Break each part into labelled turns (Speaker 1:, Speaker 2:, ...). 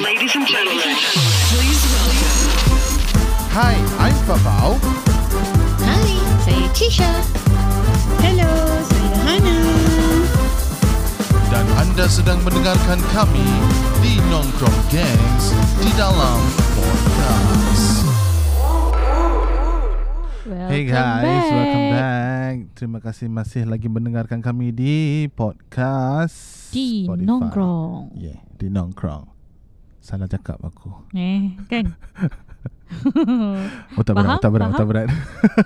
Speaker 1: Ladies and gentlemen.
Speaker 2: Hi, I'm Papau.
Speaker 3: Hai, saya Tisha. Hello, saya Hana.
Speaker 2: Dan anda sedang mendengarkan kami di Nongkrong Gangs di dalam podcast.
Speaker 3: Welcome
Speaker 2: Hey guys,
Speaker 3: back.
Speaker 2: welcome back. Terima kasih masih lagi mendengarkan kami di podcast
Speaker 3: Di
Speaker 2: Spotify.
Speaker 3: Nongkrong.
Speaker 2: Yeah, di Nongkrong. Salah cakap aku.
Speaker 3: Eh, kan?
Speaker 2: Otak berat, otak
Speaker 3: Faham?
Speaker 2: berat,
Speaker 3: Faham?
Speaker 2: otak berat.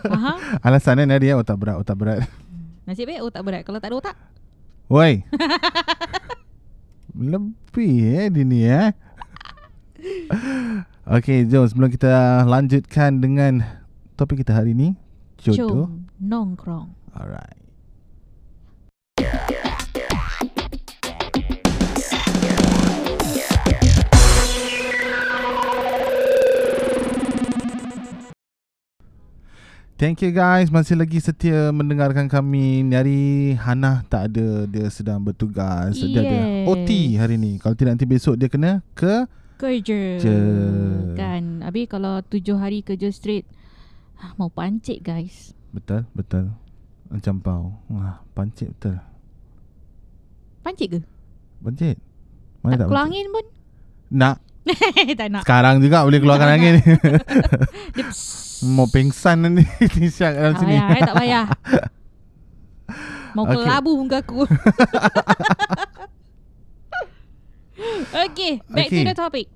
Speaker 3: Faham?
Speaker 2: Alasannya dia otak berat, otak berat.
Speaker 3: Nasib baik otak berat. Kalau tak ada otak,
Speaker 2: Woi. Lebih eh dia ni eh. Okey, jom sebelum kita lanjutkan dengan topik kita hari ni, jodoh.
Speaker 3: jom nongkrong.
Speaker 2: Alright. Thank you guys masih lagi setia mendengarkan kami. Ni Hari Hana tak ada, dia sedang bertugas. Dia ada
Speaker 3: Yes.
Speaker 2: OT hari ni. Kalau tidak nanti besok dia kena ke
Speaker 3: Kerja.
Speaker 2: Je.
Speaker 3: Kan? Habis kalau tujuh hari kerja straight, ah, mau pancit guys.
Speaker 2: betul betul. Macam pau. Wah, pancit betul.
Speaker 3: Pancit ke?
Speaker 2: Pancit.
Speaker 3: tak
Speaker 2: Mana tak,
Speaker 3: keluar
Speaker 2: pancit?
Speaker 3: angin pun?
Speaker 2: Nak
Speaker 3: tak nak.
Speaker 2: sekarang juga boleh keluarkan angin ni.
Speaker 3: Dia pss.
Speaker 2: Mau pingsan nanti Tisha kat dalam
Speaker 3: tak
Speaker 2: sini.
Speaker 3: payah, eh, tak payah. Mau
Speaker 2: Okay.
Speaker 3: okay. kelabu muka aku. okay, back okay.
Speaker 2: Okay.
Speaker 3: to the topic.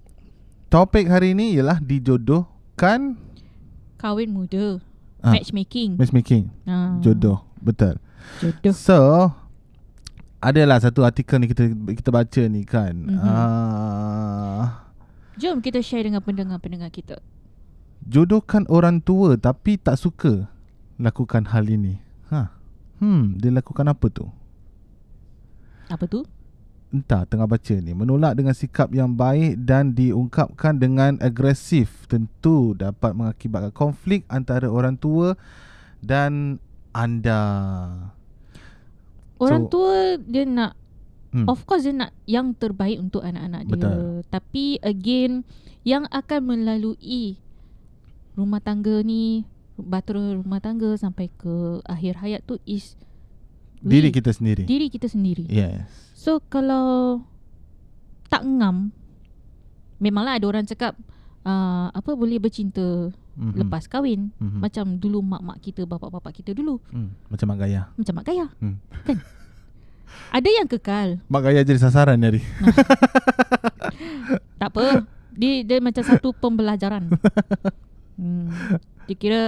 Speaker 2: Topik hari ini ialah dijodohkan
Speaker 3: Kahwin muda,
Speaker 2: Ah.
Speaker 3: ah. matchmaking.
Speaker 2: matchmaking,
Speaker 3: Ah,
Speaker 2: jodoh. Betul.
Speaker 3: Jodoh.
Speaker 2: So adalah satu artikel ni kita kita baca ni kan.
Speaker 3: Mhm.
Speaker 2: Ah,
Speaker 3: Jom kita share dengan pendengar-pendengar kita.
Speaker 2: jodohkan orang tua tapi tak suka lakukan hal ini. Ha. Hmm, dia lakukan apa tu?
Speaker 3: Apa tu?
Speaker 2: Entah tengah baca ni Menolak dengan sikap yang baik Dan diungkapkan dengan agresif Tentu dapat mengakibatkan konflik Antara orang tua Dan anda
Speaker 3: Orang
Speaker 2: So-
Speaker 3: tua dia nak
Speaker 2: hmm.
Speaker 3: Of course dia nak yang terbaik untuk anak-anak dia.
Speaker 2: Betul.
Speaker 3: Tapi again yang akan melalui rumah tangga ni batera rumah tangga sampai ke akhir hayat tu is
Speaker 2: Diri
Speaker 3: we,
Speaker 2: kita sendiri
Speaker 3: diri kita sendiri.
Speaker 2: Yes
Speaker 3: So kalau tak ngam memanglah ada orang cakap uh, apa boleh bercinta
Speaker 2: mm-hmm.
Speaker 3: lepas kahwin.
Speaker 2: mm-hmm.
Speaker 3: Macam dulu mak-mak kita, bapak-bapak kita dulu.
Speaker 2: mm. Macam Mak Gaya
Speaker 3: Macam mak kaya.
Speaker 2: Hmm.
Speaker 3: Kan? Ada yang kekal.
Speaker 2: Mak Gaya jadi sasaran ni hari
Speaker 3: Tak apa. Dia dia macam satu pembelajaran. Hmm. Dia kira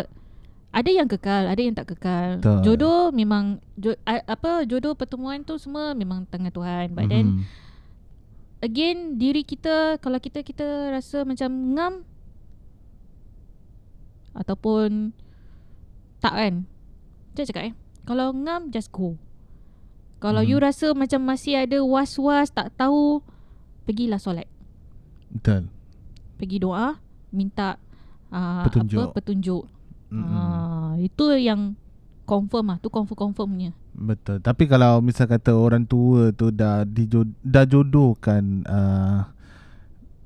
Speaker 3: ada yang kekal, ada yang tak kekal.
Speaker 2: Betul.
Speaker 3: Jodoh memang jo, a- apa jodoh pertemuan tu semua memang tangan Tuhan. But then
Speaker 2: Mhm.
Speaker 3: again diri kita kalau kita kita rasa macam ngam ataupun tak kan. Macam cakap eh. Kalau ngam just go. Kalau
Speaker 2: Mhm.
Speaker 3: you rasa macam masih ada was-was tak tahu pergilah solat
Speaker 2: Betul
Speaker 3: pergi doa minta uh,
Speaker 2: Petunjuk.
Speaker 3: apa petunjuk.
Speaker 2: Mm-mm.
Speaker 3: Ah, itu yang confirm ah, tu confirm-confirmnya.
Speaker 2: Betul Tapi kalau misal kata orang tua tu Dah, dijod- dah jodohkan uh,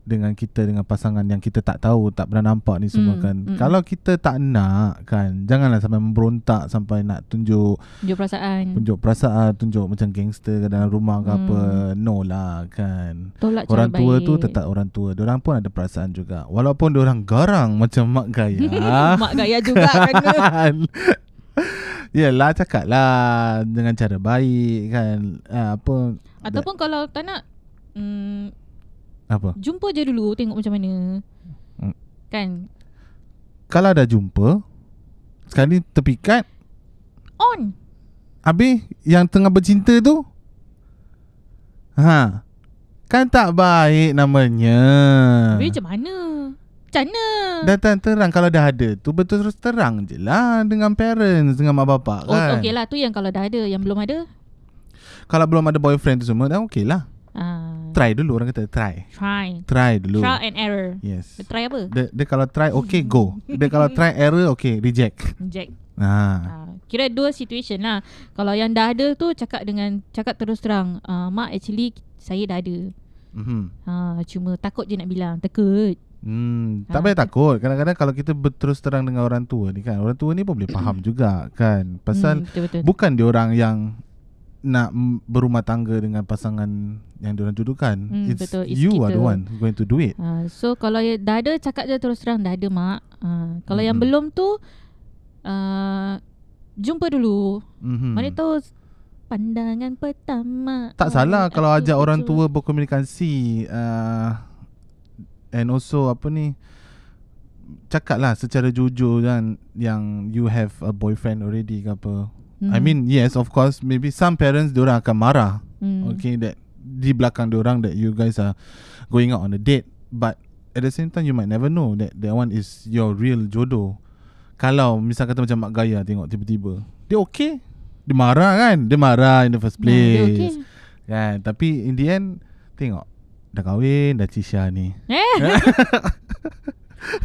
Speaker 2: Dengan kita Dengan pasangan yang kita tak tahu Tak pernah nampak ni semua
Speaker 3: Mm,
Speaker 2: kan
Speaker 3: mm.
Speaker 2: Kalau kita tak nak kan Janganlah sampai memberontak Sampai nak tunjuk
Speaker 3: Tunjuk perasaan.
Speaker 2: Tunjuk perasaan Tunjuk macam gangster ke dalam rumah ke
Speaker 3: Mm.
Speaker 2: apa No lah kan
Speaker 3: Tolak
Speaker 2: Orang
Speaker 3: cara
Speaker 2: tua
Speaker 3: baik.
Speaker 2: tu tetap orang tua Diorang pun ada perasaan juga Walaupun diorang garang Macam mak gaya
Speaker 3: mak gaya juga kena.
Speaker 2: kan Yelah cakap lah Dengan cara baik kan Ah, Apa
Speaker 3: Ataupun kalau tak nak mm,
Speaker 2: Apa
Speaker 3: jumpa je dulu tengok macam mana.
Speaker 2: Hmm.
Speaker 3: Kan?
Speaker 2: Kalau dah jumpa Sekali terpikat
Speaker 3: On.
Speaker 2: Habis Yang tengah bercinta tu Ha Kan tak baik namanya Ah.
Speaker 3: Tapi macam mana? Macam mana?
Speaker 2: Dah terang, terang Kalau dah ada tu Betul terus terang je lah Dengan parents Dengan mak bapak
Speaker 3: Oh,
Speaker 2: kan
Speaker 3: Okey lah tu yang kalau dah ada, yang belum ada.
Speaker 2: Kalau belum ada boyfriend tu semua Dah okey lah
Speaker 3: ah,
Speaker 2: Try dulu orang kata Try
Speaker 3: try.
Speaker 2: Try dulu
Speaker 3: Trial and error.
Speaker 2: Yes
Speaker 3: Try apa?
Speaker 2: Dia, dia kalau try okay go Dia kalau try error okay reject
Speaker 3: Jack.
Speaker 2: ha.
Speaker 3: Ah, kira dua situation lah. Kalau yang dah ada tu cakap dengan cakap terus terang, ah, mak actually saya dah ada.
Speaker 2: Mhm.
Speaker 3: Ha, cuma takut je nak bilang, takut.
Speaker 2: Hmm, tak
Speaker 3: Ah,
Speaker 2: payah
Speaker 3: betul.
Speaker 2: takut. Kadang-kadang kalau kita berterus terang dengan orang tua ni kan, orang tua ni pun boleh faham juga kan. Pasal
Speaker 3: hmm, betul betul.
Speaker 2: bukan dia orang yang nak mm, berumah tangga dengan pasangan yang dia orang jodohkan.
Speaker 3: Hmm,
Speaker 2: It's,
Speaker 3: betul. It's
Speaker 2: you are the
Speaker 3: kita.
Speaker 2: one who's going to do it.
Speaker 3: Ha, so kalau ya, dah ada cakap je terus terang dah ada mak. Ha, kalau yang
Speaker 2: Mhm.
Speaker 3: belum tu uh, jumpa dulu.
Speaker 2: Mhm.
Speaker 3: Mana tahu pandangan pertama.
Speaker 2: Tak salah kalau
Speaker 3: Aku
Speaker 2: ajak orang
Speaker 3: betul.
Speaker 2: tua berkomunikasi uh, and also apa ni cakaplah secara jujur kan yang you have a boyfriend already ke apa.
Speaker 3: Hmm.
Speaker 2: I mean yes of course maybe some parents diorang akan marah
Speaker 3: hmm.
Speaker 2: okay that di belakang diorang that you guys are going out on a date but at the same time you might never know that that one is your real jodoh. Kalau misal kata macam Mak Gaya tengok tiba-tiba dia okay dia marah kan dia marah in the first
Speaker 3: Nah, dia
Speaker 2: place.
Speaker 3: okey.
Speaker 2: Kan Tapi in the end Tengok Dah kahwin Dah Cisha ni
Speaker 3: Eh.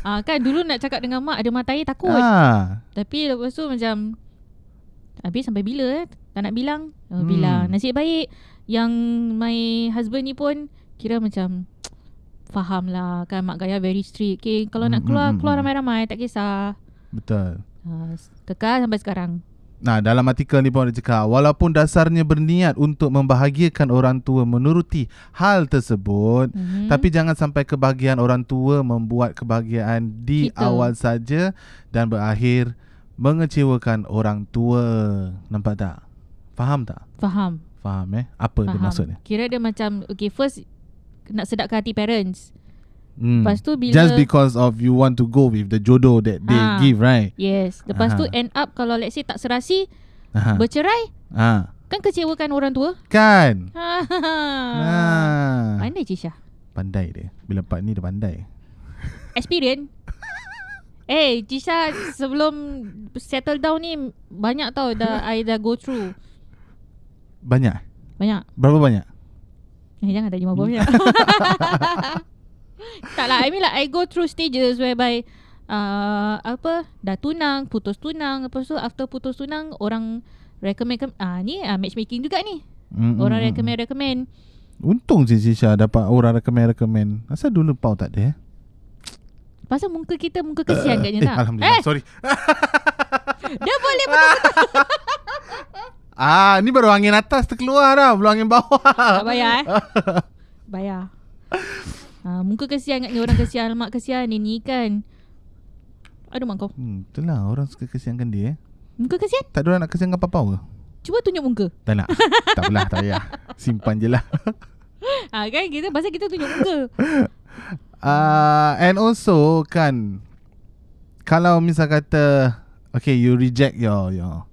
Speaker 3: ah, kan dulu nak cakap dengan mak ada matai takut.
Speaker 2: ah,
Speaker 3: Tapi lepas tu macam Habis sampai bila eh Tak nak bilang oh,
Speaker 2: Hmm.
Speaker 3: Bilang Nasib baik Yang my husband ni pun Kira macam Faham lah Kan mak gaya very strict Okay kalau nak
Speaker 2: Hmm,
Speaker 3: keluar
Speaker 2: hmm,
Speaker 3: Keluar
Speaker 2: hmm.
Speaker 3: ramai-ramai Tak kisah
Speaker 2: Betul
Speaker 3: uh, Kekal sampai sekarang
Speaker 2: Nah dalam artikel ni pun ada cakap Walaupun dasarnya berniat Untuk membahagiakan orang tua Menuruti hal tersebut
Speaker 3: mm-hmm.
Speaker 2: Hmm. Tapi jangan sampai kebahagiaan orang tua Membuat kebahagiaan di
Speaker 3: Kita.
Speaker 2: awal saja Dan berakhir Mengecewakan orang tua Nampak tak? Faham tak?
Speaker 3: Faham
Speaker 2: Faham eh? Apa
Speaker 3: Faham
Speaker 2: dia maksudnya?
Speaker 3: Kira dia macam Okay first Nak sedap ke hati parents
Speaker 2: Hmm.
Speaker 3: Lepas tu bila
Speaker 2: Just because of you want to go with the jodoh that they
Speaker 3: Ha.
Speaker 2: give, right?
Speaker 3: Yes Lepas tu
Speaker 2: Aha.
Speaker 3: end up Kalau let's say tak serasi
Speaker 2: Ha.
Speaker 3: Bercerai
Speaker 2: ha.
Speaker 3: Kan kecewakan orang tua
Speaker 2: Kan
Speaker 3: Ha
Speaker 2: ha.
Speaker 3: Pandai Cisha
Speaker 2: Pandai dia Bila part ni dia pandai
Speaker 3: Experience Eh hey, Jisha sebelum settle down ni Banyak tau dah I dah go through
Speaker 2: Banyak
Speaker 3: Banyak
Speaker 2: Berapa banyak?
Speaker 3: Eh jangan dah lima banyak Tak lah I mean like I go through stages whereby uh, Apa Dah tunang Putus tunang Lepas tu after putus tunang Orang Recommend ah Ni ah, matchmaking juga ni
Speaker 2: Mm,
Speaker 3: Orang
Speaker 2: mm, mm.
Speaker 3: recommend-recommend
Speaker 2: Untung si Sisha dapat orang recommend-recommend Asal dulu pau tak ada eh?
Speaker 3: Pasal muka kita Muka kesian
Speaker 2: eh
Speaker 3: katnya tak
Speaker 2: Alhamdulillah
Speaker 3: eh,
Speaker 2: Sorry
Speaker 3: Dia boleh betul
Speaker 2: Ah, ni baru angin atas terkeluar dah, belum angin bawah.
Speaker 3: Tak bayar eh Bayar ha, Muka kesian kat ni Orang kesian Mak kesian ni ni kan Aduh mak kau
Speaker 2: Hmm, itulah orang suka kesiankan dia eh.
Speaker 3: Muka kesian
Speaker 2: Tak ada orang nak kesiankan papau ke?
Speaker 3: Cuba tunjuk muka
Speaker 2: Tak nak. tak apalah, tak payah. Simpan je lah.
Speaker 3: ha, Kan kita Pasal kita tunjuk muka
Speaker 2: Uh, and also kan kalau misal kata okay you reject your your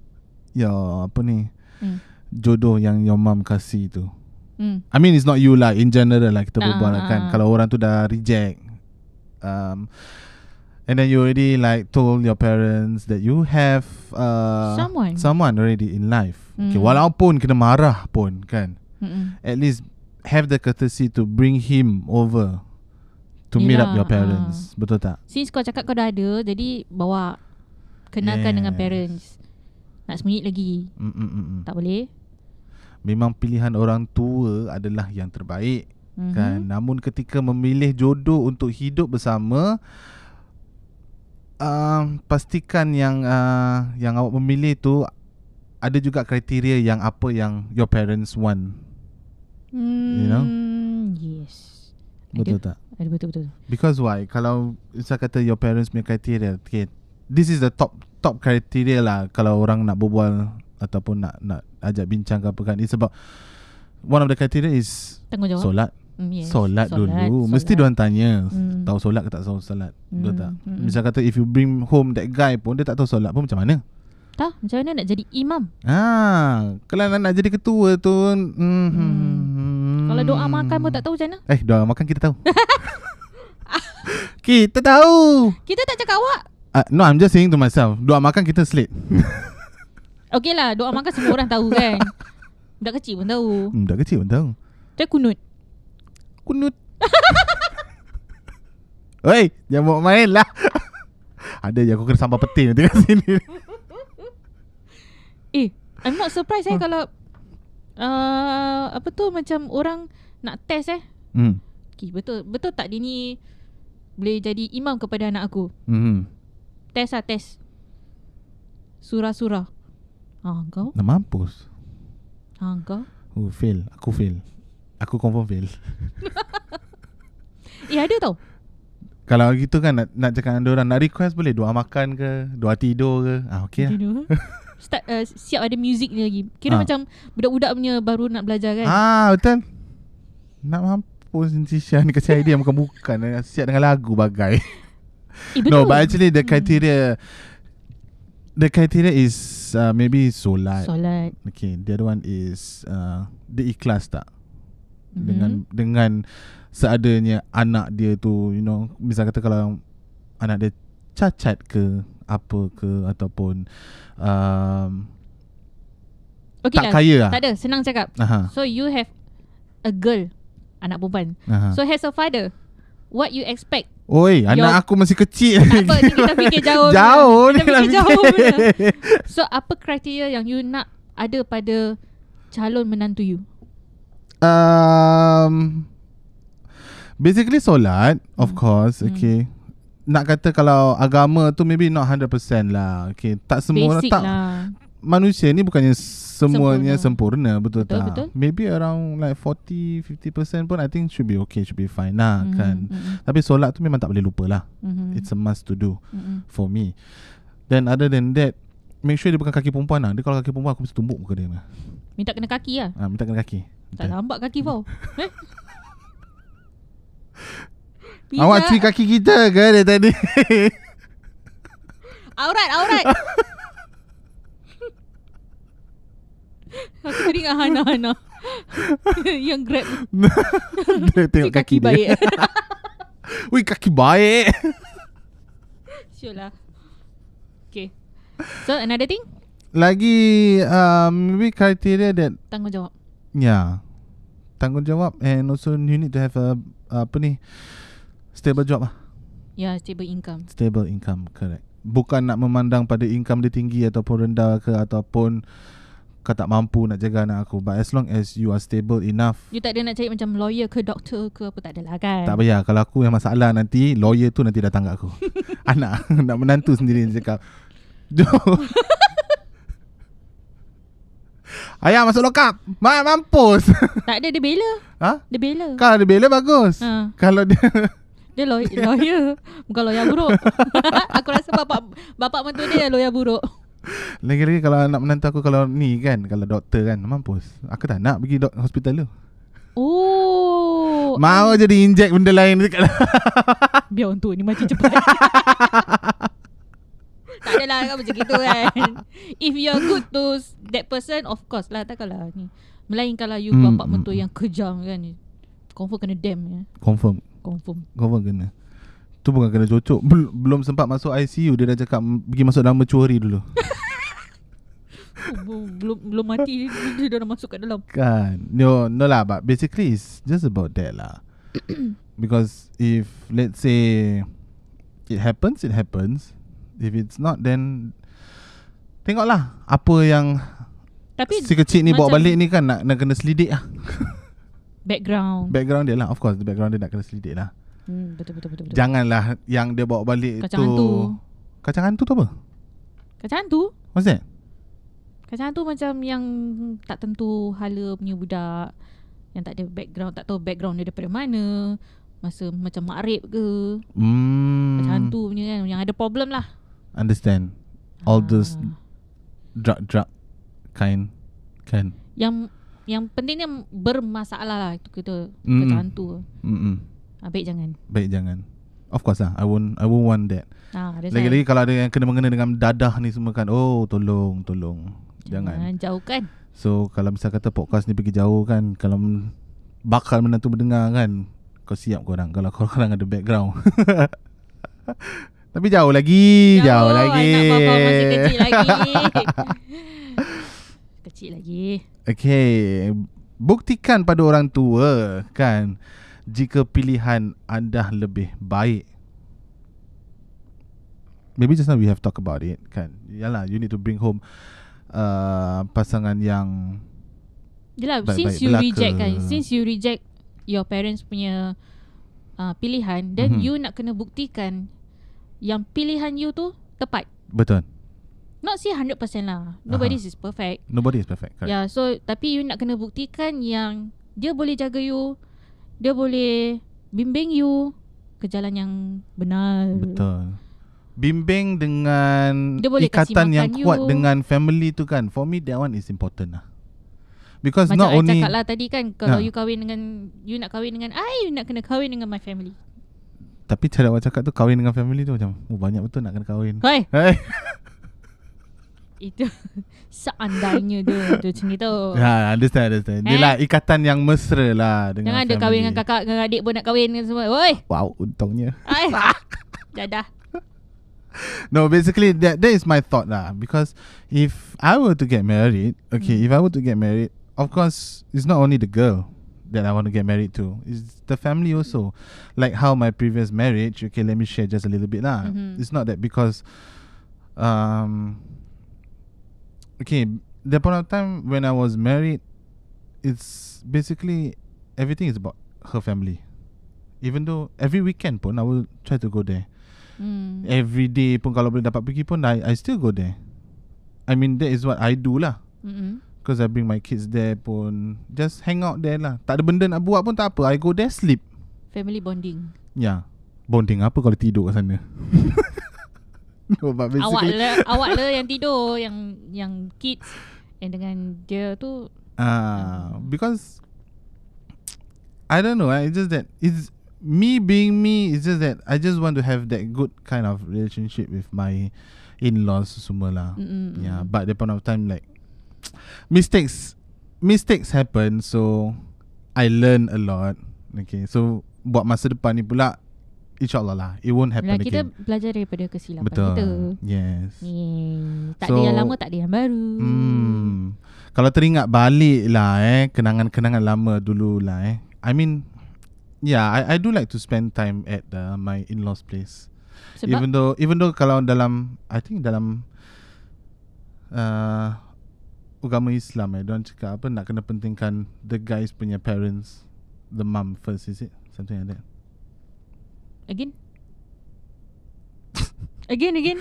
Speaker 2: your apa ni
Speaker 3: Hmm.
Speaker 2: jodoh yang your mom kasih tu.
Speaker 3: hmm.
Speaker 2: I mean it's not you lah in general lah kita
Speaker 3: Ah,
Speaker 2: berbual
Speaker 3: ah,
Speaker 2: lah kan
Speaker 3: ah.
Speaker 2: kalau orang tu dah reject um and then you already like told your parents that you have uh,
Speaker 3: Someone.
Speaker 2: someone already in life. Okay
Speaker 3: Hmm.
Speaker 2: walaupun kena marah pun kan
Speaker 3: Mm-mm.
Speaker 2: at least have the courtesy to bring him over to meet up
Speaker 3: Yelah,
Speaker 2: your parents. Betul tak?
Speaker 3: Since kau cakap kau dah ada Jadi bawa Kenalkan
Speaker 2: Yes.
Speaker 3: dengan parents Nak sembunyi lagi
Speaker 2: Mm, Mm-mm-mm.
Speaker 3: Tak boleh
Speaker 2: Memang pilihan orang tua adalah yang terbaik
Speaker 3: Mhm.
Speaker 2: mm-hmm. kan. Namun ketika memilih jodoh untuk hidup bersama um, pastikan yang uh, yang awak memilih tu ada juga kriteria yang apa yang your parents want.
Speaker 3: hmm.
Speaker 2: You know?
Speaker 3: Yes
Speaker 2: Betul
Speaker 3: Ada.
Speaker 2: tak?
Speaker 3: Aduh, Betul betul
Speaker 2: Because why? Kalau saya kata your parents punya criteria, okay, this is the top top criteria lah kalau orang nak berbual ataupun nak nak ajak bincang ke apa kan. It's about one of the criteria is
Speaker 3: Tanggungjawab
Speaker 2: solat.
Speaker 3: Mm, yes.
Speaker 2: Solat, dulu. Mesti
Speaker 3: solat.
Speaker 2: diorang tanya,
Speaker 3: Hmm.
Speaker 2: tahu solat ke tak tahu solat. Betul
Speaker 3: Hmm,
Speaker 2: tak?
Speaker 3: hmm.
Speaker 2: Misal kata if you bring home that guy pun dia tak tahu solat pun macam mana?
Speaker 3: Tak macam mana nak jadi imam
Speaker 2: Ah, kalau nak, nak jadi ketua tu mm, hmm.
Speaker 3: Kalau doa makan pun tak tahu macam mana.
Speaker 2: Eh, doa makan kita tahu. kita tahu.
Speaker 3: Kita tak cakap awak.
Speaker 2: Uh, no, I'm just saying to myself. Doa makan kita selit.
Speaker 3: Okey lah, doa makan semua orang tahu kan. Budak kecil pun tahu.
Speaker 2: Hmm, dah kecil pun tahu.
Speaker 3: Dia kunut.
Speaker 2: Kunut. Oi, jangan bawa main lah. Ada je aku kena sambal peti nanti kat sini.
Speaker 3: Eh, I'm
Speaker 2: Hmm.
Speaker 3: not surprised eh kalau uh, apa tu macam orang nak test eh.
Speaker 2: Hmm.
Speaker 3: okay, betul betul tak dia ni boleh jadi imam kepada anak aku
Speaker 2: Hmm.
Speaker 3: test lah test surah-surah ha kau
Speaker 2: Nak mampus.
Speaker 3: ha kau
Speaker 2: Oh, fail. Aku fail. Aku confirm fail.
Speaker 3: eh ada tau
Speaker 2: Kalau gitu kan nak, nak cakap dengan orang nak request boleh doa makan ke, doa tidur ke. Ah okey lah.
Speaker 3: Tidur. Start uh, siap ada music ni lagi. Kira
Speaker 2: Ah.
Speaker 3: macam budak-budak punya baru nak belajar kan.
Speaker 2: Ah betul. Nak mampus Sisha ni kasih idea bukan-bukan. Siap dengan lagu bagai.
Speaker 3: Eh,
Speaker 2: No, but actually the criteria the criteria is uh, maybe solat.
Speaker 3: solat.
Speaker 2: Okay, the other one is uh, the ikhlas tak
Speaker 3: Mhm.
Speaker 2: dengan dengan seadanya anak dia tu, you know, misal kata kalau anak dia cacat ke apa ke ataupun um,
Speaker 3: okay
Speaker 2: tak kaya lah.
Speaker 3: Tak ada, senang cakap.
Speaker 2: Aha,
Speaker 3: So you have a girl, anak perempan.
Speaker 2: aha.
Speaker 3: So has a father. What you expect?
Speaker 2: Oi, anak
Speaker 3: your-
Speaker 2: aku masih kecil.
Speaker 3: Tak apa, ni kita fikir jauh. punya.
Speaker 2: jauh ni
Speaker 3: Kita
Speaker 2: nak
Speaker 3: fikir jauh
Speaker 2: fikir.
Speaker 3: punya. So apa kriteria yang you nak ada pada calon menantu you?
Speaker 2: Um, basically solat, of
Speaker 3: Hmm.
Speaker 2: course.
Speaker 3: Hmm.
Speaker 2: Okay. Nak kata kalau agama tu maybe not 100% lah. Okay, tak semua
Speaker 3: Basic
Speaker 2: tak
Speaker 3: lah.
Speaker 2: manusia ni bukannya semuanya sempurna, betul,
Speaker 3: Betul,
Speaker 2: tak?
Speaker 3: betul.
Speaker 2: Maybe around like 40 50% pun I think should be okay, should be fine lah
Speaker 3: Mhm,
Speaker 2: kan.
Speaker 3: mhm,
Speaker 2: Tapi solat tu memang tak boleh lupa lah.
Speaker 3: mhm,
Speaker 2: It's a must to do
Speaker 3: mhm.
Speaker 2: for me. Then other than that, make sure dia bukan kaki perempuan lah. Dia kalau kaki perempuan aku mesti tumbuk muka dia.
Speaker 3: Minta kena kaki lah.
Speaker 2: Ah, minta kena kaki.
Speaker 3: Tak lambat kaki kau. Eh? Pizza-
Speaker 2: Awak cuci kaki kita ke dari tadi?
Speaker 3: Aurat, aurat. Aku tadi dengan Hana Hana Yang grab
Speaker 2: Dia tengok kaki,
Speaker 3: kaki,
Speaker 2: dia. Baik.
Speaker 3: baik
Speaker 2: Ui kaki baik.
Speaker 3: Sure lah Okay So another thing
Speaker 2: Lagi um, maybe criteria that
Speaker 3: Tanggungjawab
Speaker 2: yeah Ya. tanggungjawab and also you need to have a apa ni stable job lah.
Speaker 3: Ya stable income
Speaker 2: Stable income correct. Bukan nak memandang pada income dia tinggi ataupun rendah ke ataupun kau tak mampu nak jaga anak aku but as long as you are stable enough
Speaker 3: You tak ada nak cari macam lawyer ke doktor ke apa tak adalah kan
Speaker 2: Tak payah Kalau aku yang masalah nanti Lawyer tu nanti datang kat aku Anak Nak menantu sendiri Dia cakap "Jom." Ayah masuk lokap Ma mampus
Speaker 3: Tak ada dia bela
Speaker 2: ha?
Speaker 3: Dia bela
Speaker 2: Kalau dia bela bagus
Speaker 3: Ha.
Speaker 2: Kalau dia
Speaker 3: Dia lawyer, lawyer. Bukan lawyer buruk Aku rasa bapak Bapak mentua dia lawyer buruk
Speaker 2: Lagi-lagi kalau anak menantu aku Kalau ni kan Kalau doktor kan Mampus Aku tak nak pergi dok- hospital tu
Speaker 3: Oh
Speaker 2: Mau je dia inject benda lain dekat
Speaker 3: Biar untuk ni mati cepat Tak adalah kan macam gitu kan If you're good to s- that person Of course lah takkanlah ni Melainkan lah you
Speaker 2: Hmm,
Speaker 3: bapak
Speaker 2: hmm,
Speaker 3: mentua
Speaker 2: hmm.
Speaker 3: yang kejam kan Confirm kena dam ya
Speaker 2: Confirm
Speaker 3: Confirm
Speaker 2: Confirm kena Tu bukan kena cocok Bel- Belum sempat masuk ICU Dia dah cakap "M- Pergi masuk dalam mecuari dulu
Speaker 3: Oh, bu- Belum belum mati dia- Dia dah masuk kat dalam
Speaker 2: Kan No no lah But basically It's just about that lah Because if Let's say It happens It happens If it's not then Tengoklah Apa yang
Speaker 3: Tapi
Speaker 2: Si kecil ni bawa
Speaker 3: macam-
Speaker 2: balik ni kan Nak, nak kena selidik lah
Speaker 3: background
Speaker 2: Background dia lah Of course the Background dia nak kena selidik lah
Speaker 3: hmm, Betul betul betul, betul.
Speaker 2: Janganlah Yang dia bawa balik
Speaker 3: Kacang
Speaker 2: tu
Speaker 3: hantu
Speaker 2: Kacang hantu tu apa?
Speaker 3: Kacang hantu
Speaker 2: What's that?
Speaker 3: Kacang hantu macam yang tak tentu hala punya budak Yang tak ada background, tak tahu background dia daripada mana Masa macam makrib ke
Speaker 2: Hmm,
Speaker 3: Kacang hantu punya kan, yang ada problem lah
Speaker 2: Understand All those
Speaker 3: Ah.
Speaker 2: Drug-drug Kind Kind
Speaker 3: Yang yang pentingnya bermasalah lah itu kita
Speaker 2: Mm.
Speaker 3: kacang hantu
Speaker 2: Mm-mm.
Speaker 3: Ah, Baik jangan
Speaker 2: Baik jangan Of course lah I won't I won't want that
Speaker 3: ha,
Speaker 2: Lagi-lagi kalau ada yang kena mengena dengan dadah ni semua kan Oh tolong tolong Jangan
Speaker 3: Jauhkan
Speaker 2: So kalau misal kata podcast ni pergi jauh kan Kalau men- bakal menantu mendengar kan Kau siap korang Kalau korang ada background Tapi jauh lagi Jauh,
Speaker 3: Jauh,
Speaker 2: lagi
Speaker 3: Anak bapa masih kecil lagi Kecil lagi
Speaker 2: Okay Buktikan pada orang tua kan Jika pilihan anda lebih baik Maybe just now we have talked about it kan Yalah you need to bring home uh, Pasangan yang
Speaker 3: Yelah
Speaker 2: Baik-baik
Speaker 3: since you
Speaker 2: belaka.
Speaker 3: reject kan Since you reject your parents punya uh, pilihan
Speaker 2: Mhm.
Speaker 3: then mm-hmm. you nak kena buktikan yang pilihan you tu tepat.
Speaker 2: Betul.
Speaker 3: Not say 100% lah. Nobody's is perfect.
Speaker 2: Nobody is perfect. Correct.
Speaker 3: Ya, yeah, so tapi you nak kena buktikan yang dia boleh jaga you, dia boleh bimbing you ke jalan yang benar.
Speaker 2: Betul. Bimbing dengan
Speaker 3: Mm-hmm. Dia boleh kasi
Speaker 2: ikatan
Speaker 3: makan
Speaker 2: yang
Speaker 3: you.
Speaker 2: kuat dengan family tu kan. For me that one is important lah. Because
Speaker 3: Macam
Speaker 2: not
Speaker 3: I
Speaker 2: only
Speaker 3: cakap lah tadi kan
Speaker 2: Ha.
Speaker 3: kalau you kahwin dengan you nak kahwin dengan I, you nak kena kahwin dengan my family.
Speaker 2: tapi cara awak cakap tu kahwin dengan family tu macam oh banyak betul nak kena kahwin. Eh,
Speaker 3: Hoi,
Speaker 2: Hey.
Speaker 3: itu seandainya dia tu macam itu.
Speaker 2: Ha, understand, understand. Dia
Speaker 3: Oh. Eh.
Speaker 2: lah ikatan yang mesra lah dengan
Speaker 3: Jangan ada
Speaker 2: family.
Speaker 3: kahwin dengan kakak, dengan adik pun nak kahwin dengan semua. Oi,
Speaker 2: Wow, untungnya.
Speaker 3: ai.
Speaker 2: Ah!
Speaker 3: Dadah.
Speaker 2: No, basically that that is my thought lah. Because if I were to get married, okay, if I were to get married, of course it's not only the girl that I want to get married to. It's the family also. Like how my previous marriage, okay, let me share just a little bit lah.
Speaker 3: Mhm.
Speaker 2: It's not that because um okay, the point of time when I was married, it's basically everything is about her family. Even though every weekend pun I will try to go there.
Speaker 3: Hmm.
Speaker 2: Every day pun kalau boleh dapat pergi pun I, I still go there I mean that is what I do lah
Speaker 3: Mm-mm.
Speaker 2: Because I bring my kids there pun Just hang out there lah Tak ada benda nak buat pun tak apa I go there sleep
Speaker 3: Family bonding.
Speaker 2: Ya yeah. Bonding apa kalau tidur kat sana No but
Speaker 3: Awak
Speaker 2: basically
Speaker 3: le, awak le yang tidur, yang yang kids yang dengan dia tu
Speaker 2: Ah, Because I don't know It's just that It's Me being me It's just that I just want to have that good kind of relationship With my in-laws semua lah
Speaker 3: mm-mm.
Speaker 2: Yeah, but the point of time like mistakes mistakes happen so I learn a lot. Okay, so buat masa depan ni pula insyaallah lah it won't happen
Speaker 3: Lah, kita
Speaker 2: again.
Speaker 3: belajar daripada kesilapan
Speaker 2: Betul.
Speaker 3: kita.
Speaker 2: Yes.
Speaker 3: Yeay. Tak
Speaker 2: So-
Speaker 3: ada yang lama, tak ada yang baru.
Speaker 2: Hmm. Kalau teringat balik lah eh kenangan-kenangan lama dulu lah eh. I mean yeah, I I do like to spend time at uh, my in-laws place.
Speaker 3: Sebab
Speaker 2: even though even though kalau dalam I think dalam uh, agama Islam eh diorang cakap apa nak kena pentingkan the guys punya parents the mum first is it something like that
Speaker 3: again again again.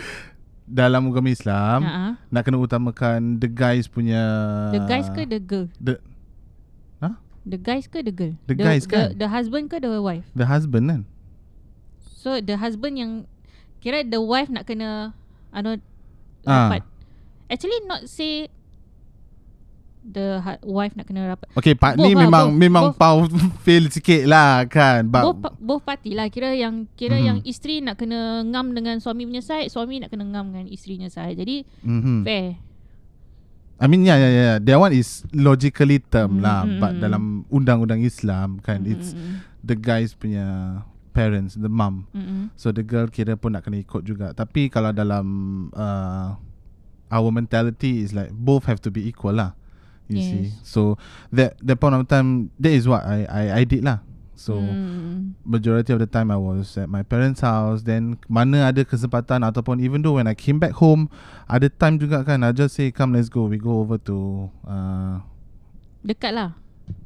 Speaker 2: dalam agama Islam uh-huh.
Speaker 3: Ha
Speaker 2: nak kena utamakan the guys punya
Speaker 3: The guys ke the girl?
Speaker 2: uh, the- Huh?
Speaker 3: The guys ke the girl?
Speaker 2: The guys kan?
Speaker 3: The, the husband ke the wife?
Speaker 2: the husband kan
Speaker 3: So the husband yang kira the wife nak kena ano
Speaker 2: Ah.
Speaker 3: rapat. Actually not say the hu- wife nak kena rapat.
Speaker 2: okay part
Speaker 3: Both
Speaker 2: ni
Speaker 3: lah,
Speaker 2: memang
Speaker 3: both,
Speaker 2: memang
Speaker 3: both.
Speaker 2: pau fail sikit lah kan but
Speaker 3: both, pa- both party lah kira yang kira
Speaker 2: Mhm.
Speaker 3: yang isteri nak kena ngam dengan suami punya side, suami nak kena ngam dengan isteri punya side. Jadi
Speaker 2: Mhm.
Speaker 3: fair.
Speaker 2: I mean yeah yeah yeah that one is logically term lah
Speaker 3: Mm, mm,
Speaker 2: but
Speaker 3: mm.
Speaker 2: dalam undang-undang Islam kan
Speaker 3: Mm,
Speaker 2: it's
Speaker 3: mm,
Speaker 2: the guys punya parents, the mum.
Speaker 3: mm, mm.
Speaker 2: So the girl kira pun nak kena ikut juga. Tapi kalau dalam uh, our mentality is like both have to be equal lah. You
Speaker 3: Yes.
Speaker 2: see. So that that point of time that is what I I I did lah. So
Speaker 3: Mm, mm,
Speaker 2: majority of the time I was at my parents' house. Then mana ada kesempatan ataupun even though when I came back home, ada time juga kan. I just say come let's go. We go over to uh,
Speaker 3: dekat lah.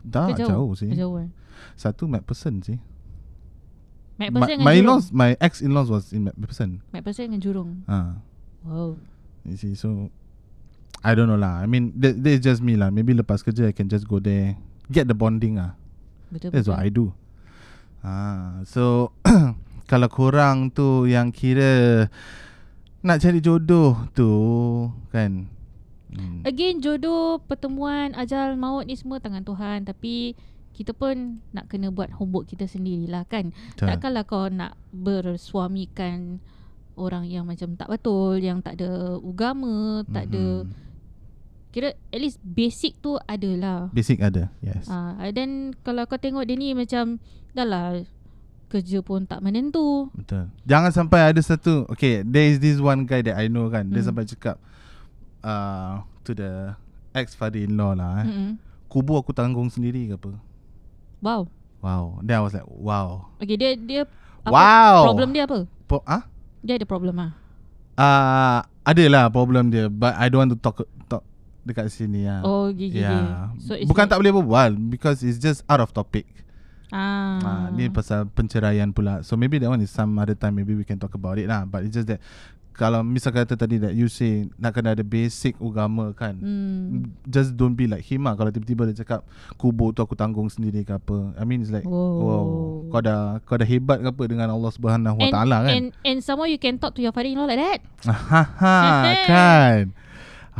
Speaker 2: dah Ah,
Speaker 3: Ke
Speaker 2: jauh, jauh sih.
Speaker 3: Jauh. eh.
Speaker 2: Satu MacPherson sih. my,
Speaker 3: MacPherson dengan
Speaker 2: my
Speaker 3: Jurong.
Speaker 2: in-laws, my ex-in-laws was in MacPherson.
Speaker 3: MacPherson dengan Jurong.
Speaker 2: Ah,
Speaker 3: Wow.
Speaker 2: you see, so I don't know lah. I mean, that, that is just me lah. Maybe lepas kerja I can just go there, get the bonding ah.
Speaker 3: Betul.
Speaker 2: That's
Speaker 3: betul.
Speaker 2: what I do. Ah, so kalau korang tu yang kira nak cari jodoh tu kan. Hmm.
Speaker 3: Again jodoh Pertemuan Ajal maut ni semua Tangan Tuhan Tapi Kita pun Nak kena buat homework kita sendirilah kan
Speaker 2: Betul.
Speaker 3: Takkanlah kau nak Bersuamikan Orang yang macam tak betul Yang tak ada Ugama Tak ada
Speaker 2: Mhm.
Speaker 3: Kira at least Basic tu adalah
Speaker 2: Basic ada. Yes.
Speaker 3: Ah, And then Kalau kau tengok dia ni Macam Dah lah Kerja pun tak menentu
Speaker 2: Betul. Jangan sampai ada satu Okay There is this one guy that I know kan Dia
Speaker 3: Hmm.
Speaker 2: sampai cakap uh, To the ex father-in-law lah eh.
Speaker 3: Mm-mm.
Speaker 2: Kubur aku tanggung sendiri ke apa
Speaker 3: Wow
Speaker 2: Wow Then I was like Wow
Speaker 3: Okay dia dia apa,
Speaker 2: Wow
Speaker 3: Problem dia apa?
Speaker 2: po- ah?
Speaker 3: Dia ada problem ah.
Speaker 2: uh, Adalah problem dia But I don't want to talk, talk Dekat sini lah
Speaker 3: Oh gigi.
Speaker 2: Yeah.
Speaker 3: So it's
Speaker 2: Ya. Bukan
Speaker 3: like,
Speaker 2: tak boleh berbual Because it's just out of topic
Speaker 3: Ah.
Speaker 2: Ah, ni pasal penceraian pula. So maybe that one is some other time maybe we can talk about it lah. But it's just that kalau misal kata tadi that you say nak kena ada basic agama kan.
Speaker 3: Hmm.
Speaker 2: Just don't be like him lah Kalau tiba-tiba dia cakap Kubur tu aku tanggung sendiri ke apa I mean it's like
Speaker 3: Wow.
Speaker 2: Wow Kau dah Kau dah hebat ke apa Dengan Allah Subhanahu Wa
Speaker 3: And,
Speaker 2: Taala kan
Speaker 3: and and somehow you can talk to your father-in-law like that.
Speaker 2: Haha Kan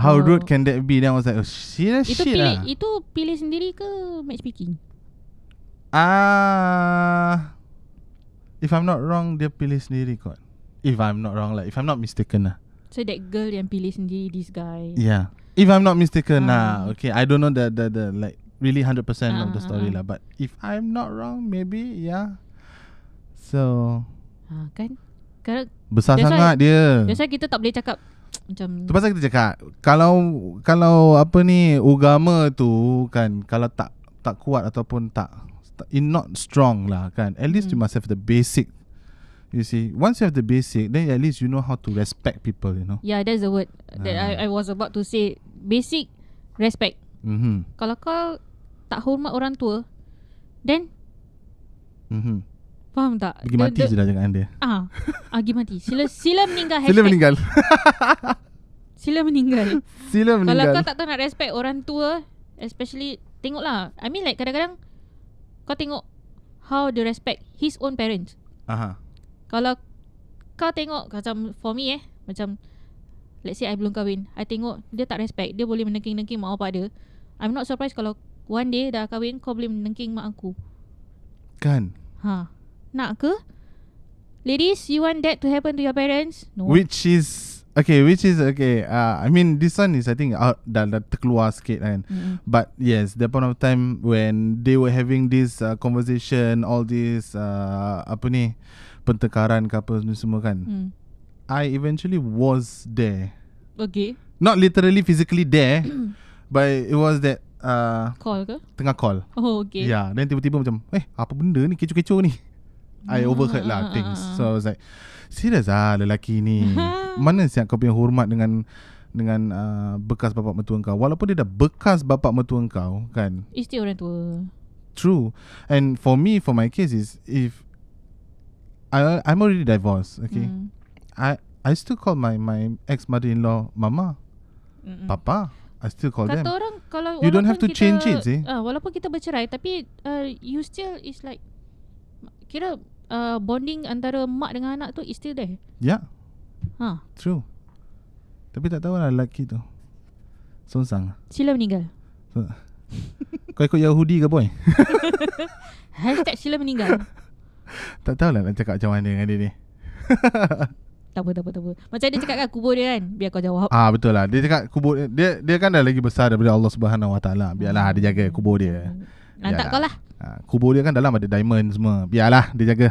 Speaker 2: How
Speaker 3: Oh.
Speaker 2: rude can that be Then I was like oh, Shit lah shit
Speaker 3: Itu pilih
Speaker 2: lah
Speaker 3: itu pilih sendiri ke match picking?
Speaker 2: Ah, if I'm not wrong, dia pilih sendiri kot. If I'm not wrong lah, if I'm not mistaken lah.
Speaker 3: So that girl yang pilih sendiri this guy.
Speaker 2: Yeah. If I'm not mistaken
Speaker 3: Ah.
Speaker 2: lah. Okay, I don't know the the the like really 100% of the
Speaker 3: Ah,
Speaker 2: story
Speaker 3: ah,
Speaker 2: lah, but if I'm not wrong, maybe yeah. So
Speaker 3: Ha kan? Sekarang
Speaker 2: besar
Speaker 3: That's
Speaker 2: sangat dia.
Speaker 3: biasa kita tak boleh cakap macam
Speaker 2: Tu pasal kita cakap kalau kalau apa ni agama tu kan kalau tak tak kuat ataupun tak tak- in not strong lah kan at least you
Speaker 3: Hmm.
Speaker 2: must have the basic you see once you have the basic then at least you know how to respect people you know
Speaker 3: Yeah, that's the word that
Speaker 2: Ah.
Speaker 3: I I was about to say. Basic respect.
Speaker 2: mhm
Speaker 3: Kalau kau tak hormat orang tua, then
Speaker 2: mhm
Speaker 3: faham tak?
Speaker 2: pergi mati je dah jangan dia
Speaker 3: Ah, ah pergi mati. Sila sila meninggal.
Speaker 2: sila
Speaker 3: hashtag.
Speaker 2: meninggal
Speaker 3: Sila meninggal.
Speaker 2: sila
Speaker 3: Kalau kau
Speaker 2: meninggal
Speaker 3: tak tahu nak respect orang tua, especially tengoklah. I mean like kadang-kadang kau tengok how they respect his own parents.
Speaker 2: aha
Speaker 3: Kalau kau tengok macam for me eh, macam let's say I belum kahwin, I tengok dia tak respect, dia boleh menengking-nengking mak bapak dia. I'm not surprised kalau one day dah kahwin kau boleh menengking mak aku.
Speaker 2: kan
Speaker 3: Ha. Nak ke? Ladies, you want that to happen to your parents? No.
Speaker 2: which is okay which is okay uh, i mean this one is i think out, dah, dah terkeluar sikit kan
Speaker 3: Mm-mm.
Speaker 2: But yes, the point of time when they were having this uh, conversation, all this uh, apa ni pertengkaran ke apa ni semua kan.
Speaker 3: Hmm.
Speaker 2: I eventually was there.
Speaker 3: Okay.
Speaker 2: Not literally physically there, but it was that uh,
Speaker 3: Call ke?
Speaker 2: tengah call.
Speaker 3: Oh, okay.
Speaker 2: Yeah, then tiba-tiba macam, "Eh, apa benda ni kecoh-kecoh ni?" I
Speaker 3: Hmm,
Speaker 2: overheard lah things. So I was like, serious ah lelaki ni. Mana siap kau punya hormat dengan dengan uh, bekas bapak mertua kau. Walaupun dia dah bekas bapak mertua kau kan.
Speaker 3: It's still orang tua.
Speaker 2: True. And for me, for my case is if I I'm already divorced, okay.
Speaker 3: Mm.
Speaker 2: I I still call my my ex mother in law mama,
Speaker 3: Mm-mm.
Speaker 2: papa. I still call them.
Speaker 3: Kata orang kalau
Speaker 2: kan? You don't have
Speaker 3: walaupun
Speaker 2: to change it,
Speaker 3: kita,
Speaker 2: sih.
Speaker 3: Ah, walaupun kita bercerai tapi uh, you still is like kira uh, bonding antara mak dengan anak tu is still there.
Speaker 2: Yeah,
Speaker 3: Ha,
Speaker 2: true. Tapi tak tahu lah lelaki tu. Sonsang.
Speaker 3: sila meninggal.
Speaker 2: So- Kau ikut Yahudi ke boy?
Speaker 3: Hashtag sila meninggal.
Speaker 2: Tak tahu lah nak cakap macam mana dengan dia ni.
Speaker 3: tak apa, tak apa, tak apa. Macam dia cakap kat kubur dia kan, biar kau jawab.
Speaker 2: Ah betul lah. Dia cakap kubur dia dia kan dah lagi besar daripada Allah Subhanahu Wa Taala. Biarlah dia jaga kubur dia. Yalah.
Speaker 3: Lantak kau lah.
Speaker 2: Ha, kubur dia kan dalam ada diamond semua. Biarlah dia jaga.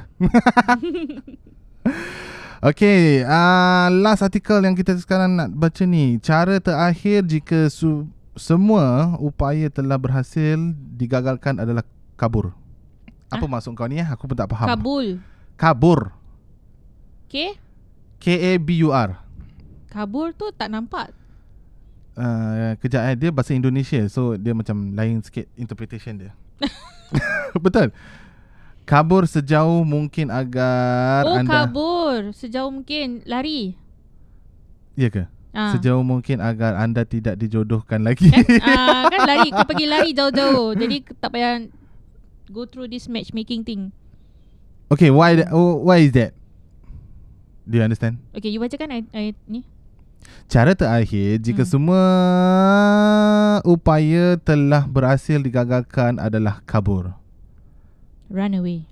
Speaker 2: Okay, uh, last artikel yang kita sekarang nak baca ni. Cara terakhir jika su- semua upaya telah berhasil digagalkan adalah kabur. Apa
Speaker 3: Ah.
Speaker 2: maksud kau ni? eh? Aku pun tak faham.
Speaker 3: Kabul.
Speaker 2: kabur.
Speaker 3: Okay?
Speaker 2: K-A-B-U-R.
Speaker 3: Kabul tu tak nampak.
Speaker 2: Uh, kejap eh, dia bahasa Indonesia. So, dia macam lain sikit interpretation dia. Betul. Kabur sejauh mungkin agar
Speaker 3: oh,
Speaker 2: anda...
Speaker 3: kabur. Sejauh mungkin lari.
Speaker 2: Ya ke?
Speaker 3: Ah.
Speaker 2: Sejauh mungkin agar anda tidak dijodohkan lagi.
Speaker 3: Kan? Ah, kan lari kau pergi lari jauh-jauh. Jadi tak payah go through this matchmaking thing.
Speaker 2: okay, why tha- oh, why is that? Do you understand?
Speaker 3: Okay, you bacakan I, I, ni.
Speaker 2: Cara terakhir jika
Speaker 3: Hmm.
Speaker 2: semua upaya telah berhasil digagalkan adalah kabur.
Speaker 3: Run away.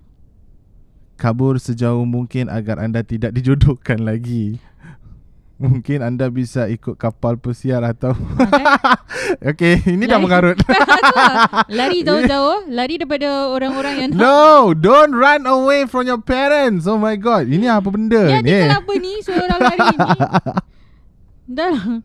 Speaker 2: Kabur sejauh mungkin agar anda tidak dijodohkan lagi. Mungkin anda bisa ikut kapal pesiar atau
Speaker 3: Ha, kan?
Speaker 2: Okay, ini dah
Speaker 3: Lain.
Speaker 2: mengarut.
Speaker 3: Tu lah. lari jauh-jauh. Lari daripada orang-orang yang nak.
Speaker 2: no, don't run away from your parents. Oh my god, ini apa benda
Speaker 3: Ya,
Speaker 2: ni? eh?
Speaker 3: tinggal apa ni? Suara lari ni. Dah lah.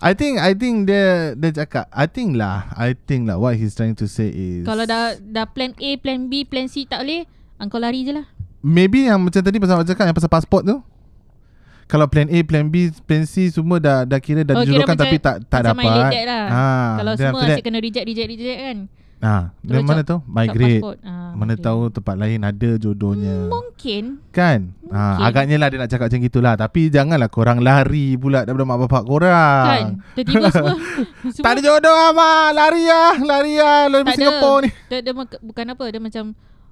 Speaker 2: I think I think dia dia cakap I think lah I think lah what he's trying to say is
Speaker 3: Kalau dah dah plan A, plan B, plan C tak boleh, engkau lari je lah.
Speaker 2: maybe yang macam tadi pasal awak cakap yang pasal pasport tu kalau plan A, plan B, plan C semua dah dah kira dah
Speaker 3: Oh,
Speaker 2: oh,
Speaker 3: kira
Speaker 2: dijodohkan
Speaker 3: macam-
Speaker 2: tapi tak tak
Speaker 3: macam my
Speaker 2: dapat.
Speaker 3: late dad lah.
Speaker 2: Ha,
Speaker 3: Kalau
Speaker 2: then
Speaker 3: semua
Speaker 2: after that,
Speaker 3: asyik kena reject, reject, reject kan.
Speaker 2: Ah,
Speaker 3: Terus Ah,
Speaker 2: dan mana tahu migrate. Mana tahu tempat lain ada jodohnya.
Speaker 3: Mungkin
Speaker 2: Kan? Ha,
Speaker 3: Mungkin.
Speaker 2: agaknya lah dia nak cakap macam gitulah. Tapi janganlah korang lari pula daripada mak bapak korang.
Speaker 3: kan Tiba-tiba semua
Speaker 2: Semua? Tak ada jodoh ah, mak. Lari ah, lari ah. Lari
Speaker 3: Tak ada.
Speaker 2: Singapura ni.
Speaker 3: dia, dia, mak- Bukan apa Dia macam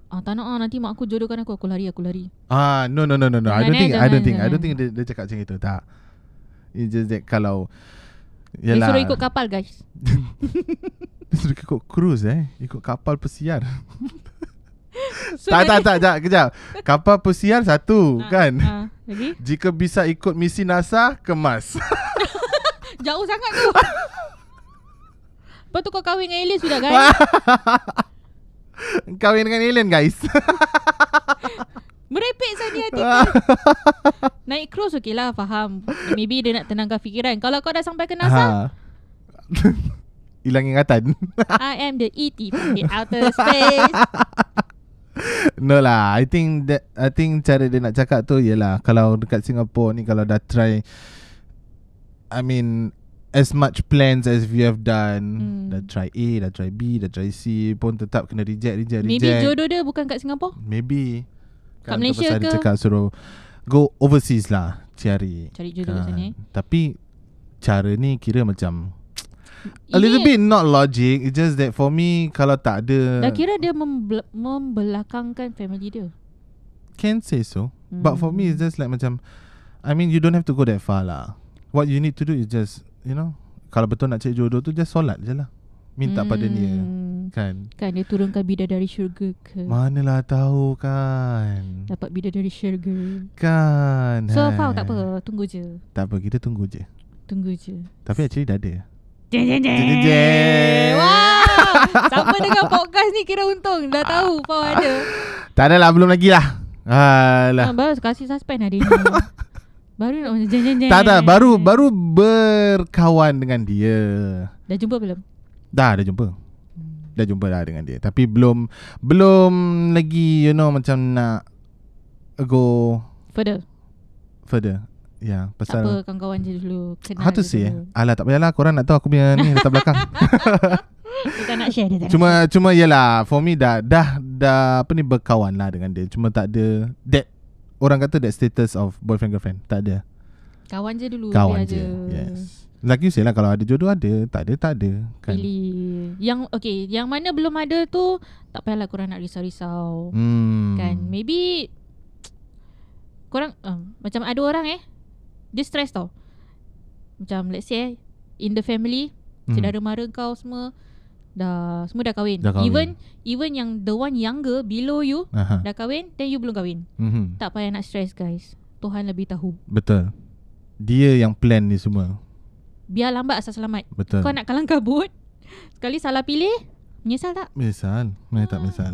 Speaker 3: ah, Tak nak ah, nanti mak aku jodohkan aku Aku lari aku lari
Speaker 2: Ah, no no no no no. I
Speaker 3: Jangan,
Speaker 2: don't
Speaker 3: eh,
Speaker 2: think I don't
Speaker 3: jangan,
Speaker 2: think I don't
Speaker 3: jangan.
Speaker 2: think dia, dia cakap macam itu. Tak. It's just that kalau
Speaker 3: Dia
Speaker 2: Yalah.
Speaker 3: suruh ikut kapal guys
Speaker 2: Dia suruh ikut cruise eh. Ikut kapal pesiar.
Speaker 3: so,
Speaker 2: tak tak tak, jap, kejap. Kapal pesiar satu, kan?
Speaker 3: ah, Lagi
Speaker 2: Jika bisa ikut misi NASA, kemas.
Speaker 3: Jauh sangat tu Lepas tu kau kahwin dengan alien sudah kan? guys
Speaker 2: Kahwin dengan alien, guys.
Speaker 3: Merepek saja hati tu. Naik cruise okey lah faham Maybe dia nak tenangkan fikiran Kalau kau dah sampai ke NASA
Speaker 2: Ha. Hilang ingatan.
Speaker 3: I am the ET from the outer space
Speaker 2: No lah I think that I think cara dia nak cakap tu Ialah Kalau dekat Singapore ni Kalau dah try I mean As much plans as we have done
Speaker 3: Hmm.
Speaker 2: Dah try A Dah try B Dah try C Pun tetap kena reject Reject
Speaker 3: Maybe
Speaker 2: reject
Speaker 3: jodoh dia bukan kat Singapore
Speaker 2: Maybe
Speaker 3: Kat
Speaker 2: tu
Speaker 3: Malaysia
Speaker 2: pasal Dia
Speaker 3: ke?
Speaker 2: cakap suruh Go overseas lah Cari Kan.
Speaker 3: Cari jodoh
Speaker 2: Ah.
Speaker 3: kat sana eh.
Speaker 2: Tapi Cara ni kira macam A little bit not logic It's just that for me Kalau tak ada
Speaker 3: Dah kira dia membel- membelakangkan family dia Hmm.
Speaker 2: can say so. But for me, it's just like macam, I mean, you don't have to go that far lah. What you need to do is just, you know, kalau betul nak cari jodoh tu, just solat je lah. Minta pada dia.
Speaker 3: Hmm.
Speaker 2: Kan?
Speaker 3: Kan dia turunkan bida dari syurga ke
Speaker 2: Manalah tahu kan.
Speaker 3: Dapat bida dari syurga
Speaker 2: Kan.
Speaker 3: So
Speaker 2: hai.
Speaker 3: faham tak apa Tunggu je
Speaker 2: Tak apa, kita tunggu je.
Speaker 3: Tunggu je
Speaker 2: Tapi actually dah ada.
Speaker 3: Jeng jeng
Speaker 2: Jeng, jeng, jeng.
Speaker 3: jeng Wow Siapa dengar podcast ni Kira untung Dah tahu Pau ada
Speaker 2: Tak ada lah, belum lagi lah.
Speaker 3: ah,
Speaker 2: Alah.
Speaker 3: Baru kasih suspend hari ni Baru nak macam jeng jeng jeng
Speaker 2: Tak tak, baru baru berkawan dengan dia.
Speaker 3: Dah jumpa belum?
Speaker 2: Dah, dah jumpa. Dah jumpa dah dengan dia Tapi belum Belum lagi You know macam nak Go
Speaker 3: Further
Speaker 2: Further Ya yeah,
Speaker 3: Tak
Speaker 2: Pasal
Speaker 3: apa kawan-kawan je dulu Kenal
Speaker 2: How to
Speaker 3: je
Speaker 2: say eh?
Speaker 3: dulu.
Speaker 2: Alah tak payahlah Korang nak tahu aku punya ni Latar belakang
Speaker 3: Dia tak nak share dia tak nak
Speaker 2: Cuma Cuma yelah For me dah Dah Dah apa ni Berkawan lah dengan dia Cuma tak ada That Orang kata that status of Boyfriend girlfriend Tak ada
Speaker 3: Kawan je dulu
Speaker 2: Kawan
Speaker 3: biar
Speaker 2: je Yes Like you say lah Kalau ada jodoh ada Tak ada tak ada kan?
Speaker 3: Pilih Yang okay Yang mana belum ada tu Tak payahlah korang nak risau-risau
Speaker 2: hmm.
Speaker 3: Kan Maybe Korang um, Macam ada orang eh Dia stress tau Macam let's say eh, In the family
Speaker 2: Hmm.
Speaker 3: hmm. Saudara mara kau semua Dah Semua dah kahwin.
Speaker 2: Dah kahwin.
Speaker 3: Even Even yang the one younger Below you
Speaker 2: Aha.
Speaker 3: Dah kahwin Then you belum kahwin
Speaker 2: Mhm.
Speaker 3: Tak payah nak stress guys Tuhan lebih tahu
Speaker 2: Betul Dia yang plan ni semua
Speaker 3: Biar lambat asal selamat
Speaker 2: Betul
Speaker 3: Kau nak kalang kabut Sekali salah pilih Menyesal tak?
Speaker 2: Misal Mana
Speaker 3: Ah.
Speaker 2: tak misal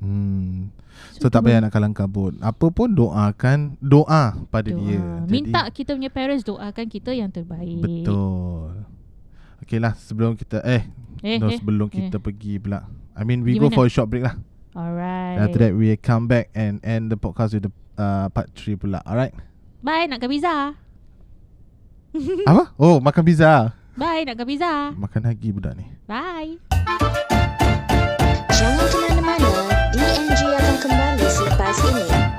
Speaker 2: Hmm. So
Speaker 3: Suruh
Speaker 2: tak
Speaker 3: cuba.
Speaker 2: payah nak kalang kabut Apa pun doakan Doa pada
Speaker 3: Doa.
Speaker 2: dia Jadi,
Speaker 3: Ah, Minta kita punya parents doakan kita yang terbaik
Speaker 2: Betul Okay lah sebelum kita Eh,
Speaker 3: Eh,
Speaker 2: no,
Speaker 3: eh.
Speaker 2: sebelum
Speaker 3: eh.
Speaker 2: kita pergi pula I mean we
Speaker 3: Pergi
Speaker 2: go
Speaker 3: mana?
Speaker 2: for a short break lah
Speaker 3: Alright
Speaker 2: After that we come back And end the podcast with the uh, part 3 pula Alright
Speaker 3: Bye nak ke pizza
Speaker 2: Apa? Oh makan pizza
Speaker 3: Bye nak ke pizza
Speaker 2: Makan lagi budak ni
Speaker 3: Bye
Speaker 1: Jangan ke mana-mana, BNG akan kembali selepas ini.